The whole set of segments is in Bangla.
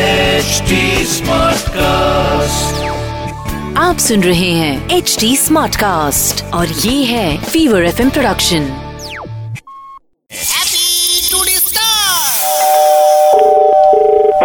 HD Smartcast. आप सुन रहे हैं एच डी स्मार्ट कास्ट और ये है फीवर एफ प्रोडक्शन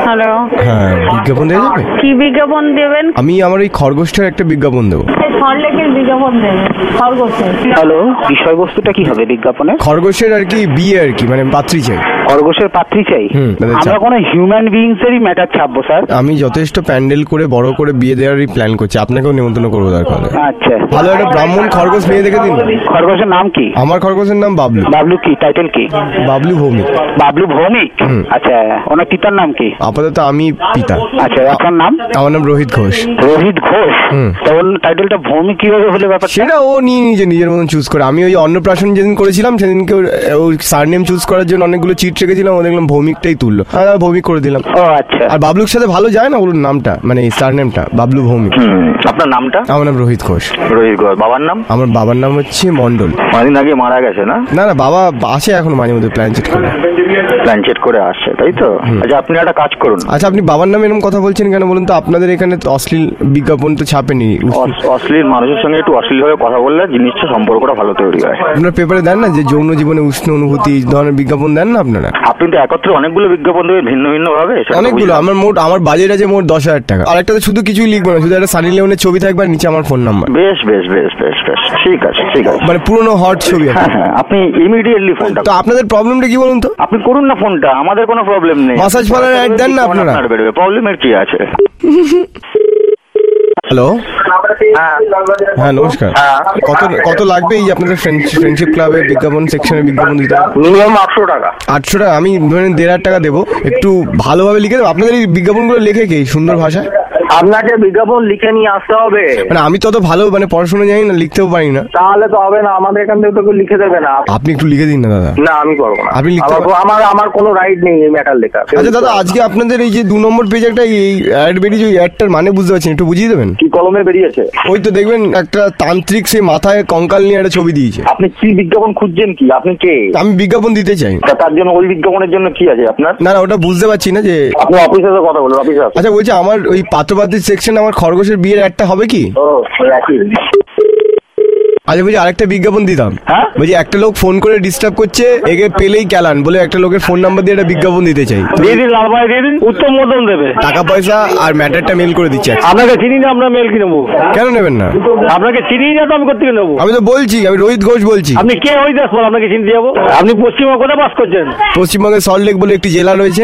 হ্যালো হ্যাঁ বিজ্ঞাপন দেওয়া যাবে কি বিজ্ঞাপন দেবেন আমি আমার এই খরগোশটার একটা বিজ্ঞাপন দেবো সল্টলেকের বিজ্ঞাপন দেবেন খরগোশের হ্যালো বিষয়বস্তুটা কি হবে বিজ্ঞাপনের খরগোশের আর কি বিয়ে আর কি মানে পাত্রী চাই খরগোশের পাত্রী চাই হুম, দাদা, আমরা চাপ। কোনো হিউম্যান বিংস এরই ম্যাটার ছাপবো স্যার আমি যথেষ্ট প্যান্ডেল করে বড় করে বিয়ে দেওয়ারই প্ল্যান করছি আপনাকেও নিমন্ত্রণ করবো দরকার হলে। আচ্ছা ভালো একটা ব্রাহ্মণ খরগোশ মেয়ে দেখে দিন খরগোশের নাম কি আমার খরগোশের নাম বাবলু বাবলু কি টাইটেল কি বাবলু ভৌমিক বাবলু ভৌমিক হুম। আচ্ছা ওনার পিতার নাম কি আপাতত আমি পিতা আচ্ছা আপনার নাম আমার নাম রোহিত ঘোষ রোহিত ঘোষ হুম। তো ওর টাইটেলটা ভৌমিক কিভাবে হলে ব্যাপারটা সেটা ও নিয়ে নিজে নিজের মতন চুজ করে আমি ওই অন্নপ্রাশন যেদিন করেছিলাম সেদিনকে ওর সারনেম চুজ করার জন্য অনেকগুলো চিট রেখেছিলাম ও দেখলাম ভৌমিকটাই তুললো আর ভৌমিক করে দিলাম ও আচ্ছা আর বাবলুর সাথে ভালো যায় না ওর নামটা মানে সারনেমটা বাবলু ভৌমিক হুম, আপনার নামটা আমার নাম রোহিত ঘোষ রোহিত ঘোষ বাবার নাম আমার বাবার নাম হচ্ছে মন্ডল অনেকদিন আগে মারা গেছে না না না বাবা আসে এখন মাঝে মধ্যে প্ল্যান চেট করে প্ল্যানচেট করে আসছে তাই তো আচ্ছা আপনি একটা কাজ করুন আচ্ছা আপনি বাবার নামে এরকম কথা বলছেন কেন বলুন তো আপনাদের এখানে তো অশ্লীল বিজ্ঞাপন তো ছাপেনি অস- অশ্লীল মানুষের সঙ্গে একটু অশ্লীলভাবে কথা বললে জিনিসটা সম্পর্কটা ভালো তৈরি হয় আপনারা পেপারে দেন না যে যৌন জীবনে উষ্ণ অনুভূতি এই ধরনের বিজ্ঞাপন দেন না আপনারা আপনি তো একত্রে অনেকগুলো বিজ্ঞাপন দেবেন ভিন্ন ভিন্ন ভাবে সেটা তো অনেকগুলো বুঝলাম। আমার মোট আমার বাজেট আছে মোট দশ হাজার টাকা আর একটাতে শুধু কিছুই লিখবো না শুধু একটা সানি লিওনের ছবি থাকবে আর নিচে আমার ফোন নাম্বার বেশ বেশ বেশ বেশ বেশ ঠিক আছে ঠিক আছে মানে পুরনো হট ছবি আর কি। হ্যাঁ হ্যাঁ আপনি ইমিডিয়েটলি ফোনটা তো আপনাদের প্রবলেমটা কি বলুন তো আপনি করুন না ফোনটা আমাদের কোনো প্রবলেম নেই Massage parlour ad দেন না আপনারা? বেরোবে প্রবলেমের কি আছে হ্যালো হ্যাঁ নমস্কার কত কত লাগবে এই আপনাদের ফ্রেন্ডশিপ ক্লাবের বিজ্ঞাপন সেকশনের বিজ্ঞাপন দিতে হবে? মিনিমাম আটশো টাকা আটশো টাকা আমি ধরেন দেড় হাজার টাকা দেবো একটু ভালোভাবে লিখে দেবো আপনাদের এই বিজ্ঞাপনগুলো লেখে কি সুন্দর ভাষায় আপনাকে বিজ্ঞাপন লিখে নিয়ে আসতে হবে মানে আমি তত ভালো মানে পড়াশোনা জানি না লিখতেও পারি না তাহলে তো হবে না আমাদের এখান থেকে তো কেউ লিখে দেবে না আপনি একটু লিখে দিন না দাদা না আমি করবো না আপনি লিখতে আমার- আমার আমার কোনো রাইট নেই এই ম্যাটার লেখা আচ্ছা দাদা আজকে আপনাদের এই যে দু নম্বর পেজ একটা এই অ্যাড বেরিয়েছে ওই অ্যাডটার মানে বুঝতে পারছেন একটু বুঝিয়ে দেবেন কি কলমে বেরিয়েছে ওই তো দেখবেন একটা তান্ত্রিক সেই মাথায় কঙ্কাল নিয়ে একটা ছবি দিয়েছে আপনি কি বিজ্ঞাপন খুঁজছেন কি আপনি কে আমি বিজ্ঞাপন দিতে চাই তা তার জন্য ওই বিজ্ঞাপনের জন্য কি আছে আপনার না না ওটা বুঝতে পারছি না যে আপনি অফিসে তো কথা বলুন অফিসে আছে আচ্ছা বলছি আমার ওই পাত্রপাত্রীর সেকশন আমার খরগোশের বিয়ের অ্যাডটা হবে কি ও ওই একই। আচ্ছা বলছি আরেকটা বিজ্ঞাপন দিতাম হ্যাঁ? বলছি একটা লোক ফোন করে ডিস্টার্ব করছে একে পেলেই ক্যালান বলে একটা লোকের ফোন নাম্বার দিয়ে একটা বিজ্ঞাপন দিতে চাই তো দিয়ে দিন লালবাই দিয়ে দিন উত্তম মতন দেবে টাকা পয়সা আর ম্যাটারটা মেল করে দিচ্ছে এক- আপনাকে চিনি না আমরা মেল কিনবো কেন নেবেন না আপনাকে চিনি না তো আমি করতে নেবো আমি তো বলছি আমি রোহিত ঘোষ বলছি আপনি কে ওই দেশ বল আপনাকে চিনতে যাবো আপনি পশ্চিমবঙ্গ কোথায় বাস করছেন পশ্চিমবঙ্গের সল্টলেক বলে একটি জেলা রয়েছে